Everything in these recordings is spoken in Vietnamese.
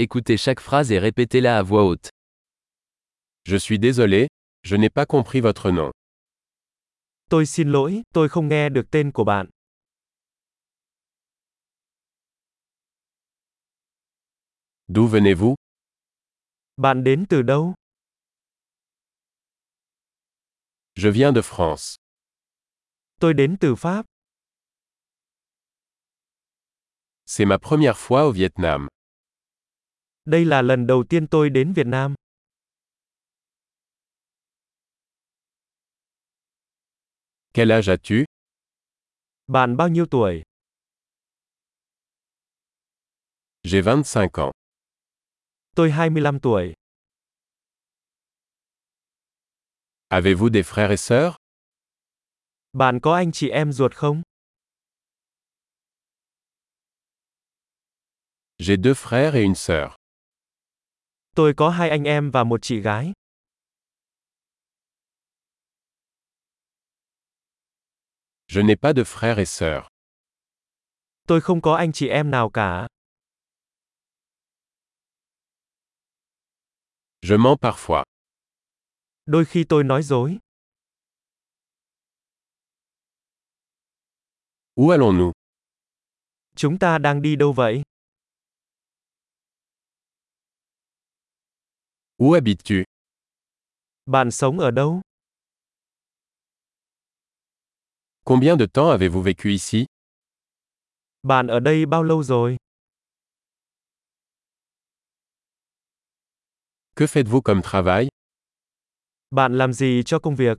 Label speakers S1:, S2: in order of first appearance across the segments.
S1: Écoutez chaque phrase et répétez-la à voix haute.
S2: Je suis désolé, je n'ai pas compris votre nom.
S3: Tôi xin lỗi, tôi không nghe được tên của bạn.
S2: D'où venez-vous
S3: Bạn đến từ đâu?
S2: Je viens de France.
S3: Tôi đến từ Pháp.
S2: C'est ma première fois au Vietnam.
S3: Đây là lần đầu tiên tôi đến Việt Nam.
S2: Quel âge as-tu
S3: Bạn bao nhiêu tuổi?
S2: J'ai 25 ans.
S3: Tôi 25 tuổi.
S2: Avez-vous des frères et sœurs
S3: Bạn có anh chị em ruột không?
S2: J'ai deux frères et une sœur.
S3: Tôi có hai anh em và một chị gái.
S2: Je n'ai pas de frères et sœurs.
S3: Tôi không có anh chị em nào cả.
S2: Je mens parfois.
S3: Đôi khi tôi nói dối.
S2: Où allons-nous
S3: Chúng ta đang đi đâu vậy?
S2: Où habites-tu
S3: Bạn sống ở đâu?
S2: Combien de temps avez-vous vécu ici
S3: Bạn ở đây bao lâu rồi?
S2: Que faites-vous comme travail
S3: Bạn làm gì cho công việc?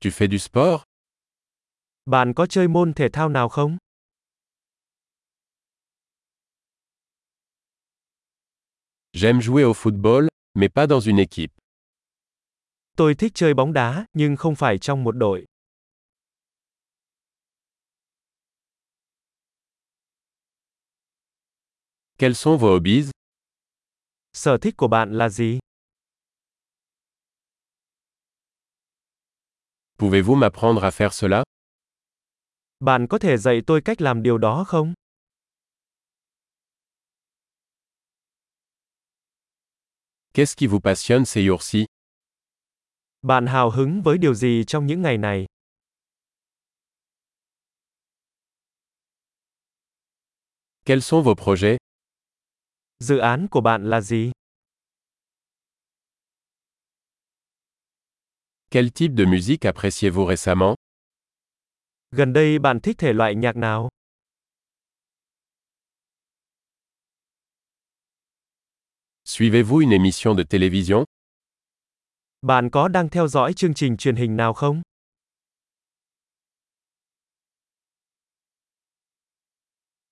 S2: Tu fais du sport
S3: Bạn có chơi môn thể thao nào không?
S2: J'aime jouer au football, mais pas dans une équipe.
S3: Tôi thích chơi bóng đá, nhưng không phải trong một đội.
S2: Quels sont vos hobbies
S3: Sở thích của bạn là gì?
S2: Pouvez-vous m'apprendre à faire cela
S3: Bạn có thể dạy tôi cách làm điều đó không?
S2: Qu'est-ce qui vous passionne ces jours-ci
S3: Bạn hào hứng với điều gì trong những ngày này?
S2: Quels sont vos projets
S3: Dự án của bạn là gì?
S2: Quel type de musique appréciez-vous récemment
S3: Gần đây bạn thích thể loại nhạc nào?
S2: Suivez-vous une émission de télévision
S3: Bạn có đang theo dõi chương trình truyền hình nào không?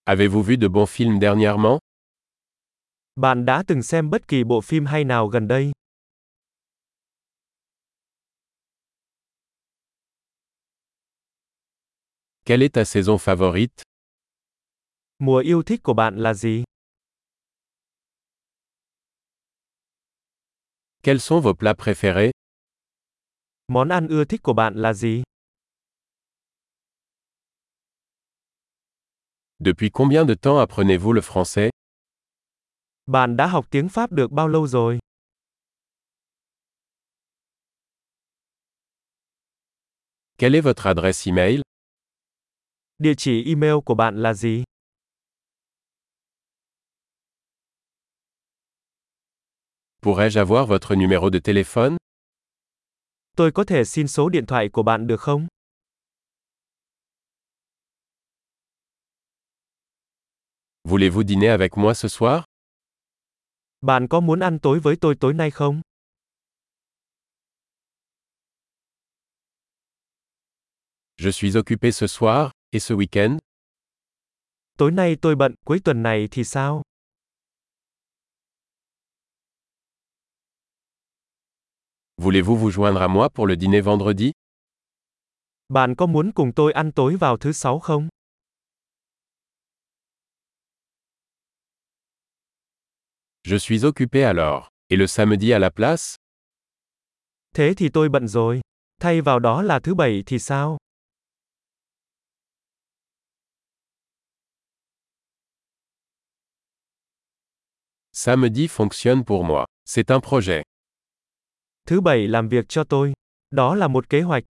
S2: Avez-vous vu de bons films dernièrement
S3: Bạn đã từng xem bất kỳ bộ phim hay nào gần đây?
S2: Quelle est ta saison favorite
S3: Mùa yêu thích của bạn là gì?
S2: Quels sont vos plats préférés
S3: Món ăn ưa thích của bạn là gì?
S2: Depuis combien de temps apprenez-vous le français
S3: Bạn đã học tiếng Pháp được bao lâu rồi?
S2: Quelle est votre adresse e-mail
S3: Địa chỉ email của bạn là gì?
S2: Pourrais-je avoir votre numéro de téléphone
S3: Tôi có thể xin số điện thoại của bạn được không?
S2: Voulez-vous dîner avec moi ce soir
S3: Bạn có muốn ăn tối với tôi tối nay không?
S2: Je suis occupé ce soir, et ce week-end.
S3: Tối nay tôi bận, cuối tuần này thì sao?
S2: Voulez-vous vous joindre à moi pour le dîner vendredi
S3: Bạn có muốn cùng tôi ăn tối vào thứ sáu không?
S2: Je suis occupé alors. Et le samedi à la place
S3: Thế thì tôi bận rồi. Thay vào đó là thứ bảy thì sao?
S2: Samedi fonctionne pour moi. C'est un projet.
S3: Thứ bảy làm việc cho tôi. Đó là một kế hoạch.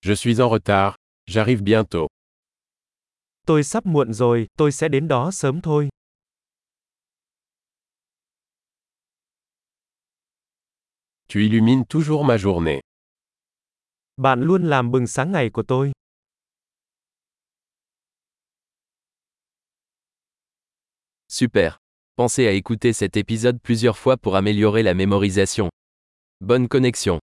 S2: Je suis en retard. J'arrive bientôt.
S3: Tôi sắp muộn rồi, tôi sẽ đến đó sớm thôi.
S2: Tu illumines toujours ma journée.
S3: Bạn luôn làm bừng sáng ngày của tôi.
S1: Super. Pensez à écouter cet épisode plusieurs fois pour améliorer la mémorisation. Bonne connexion.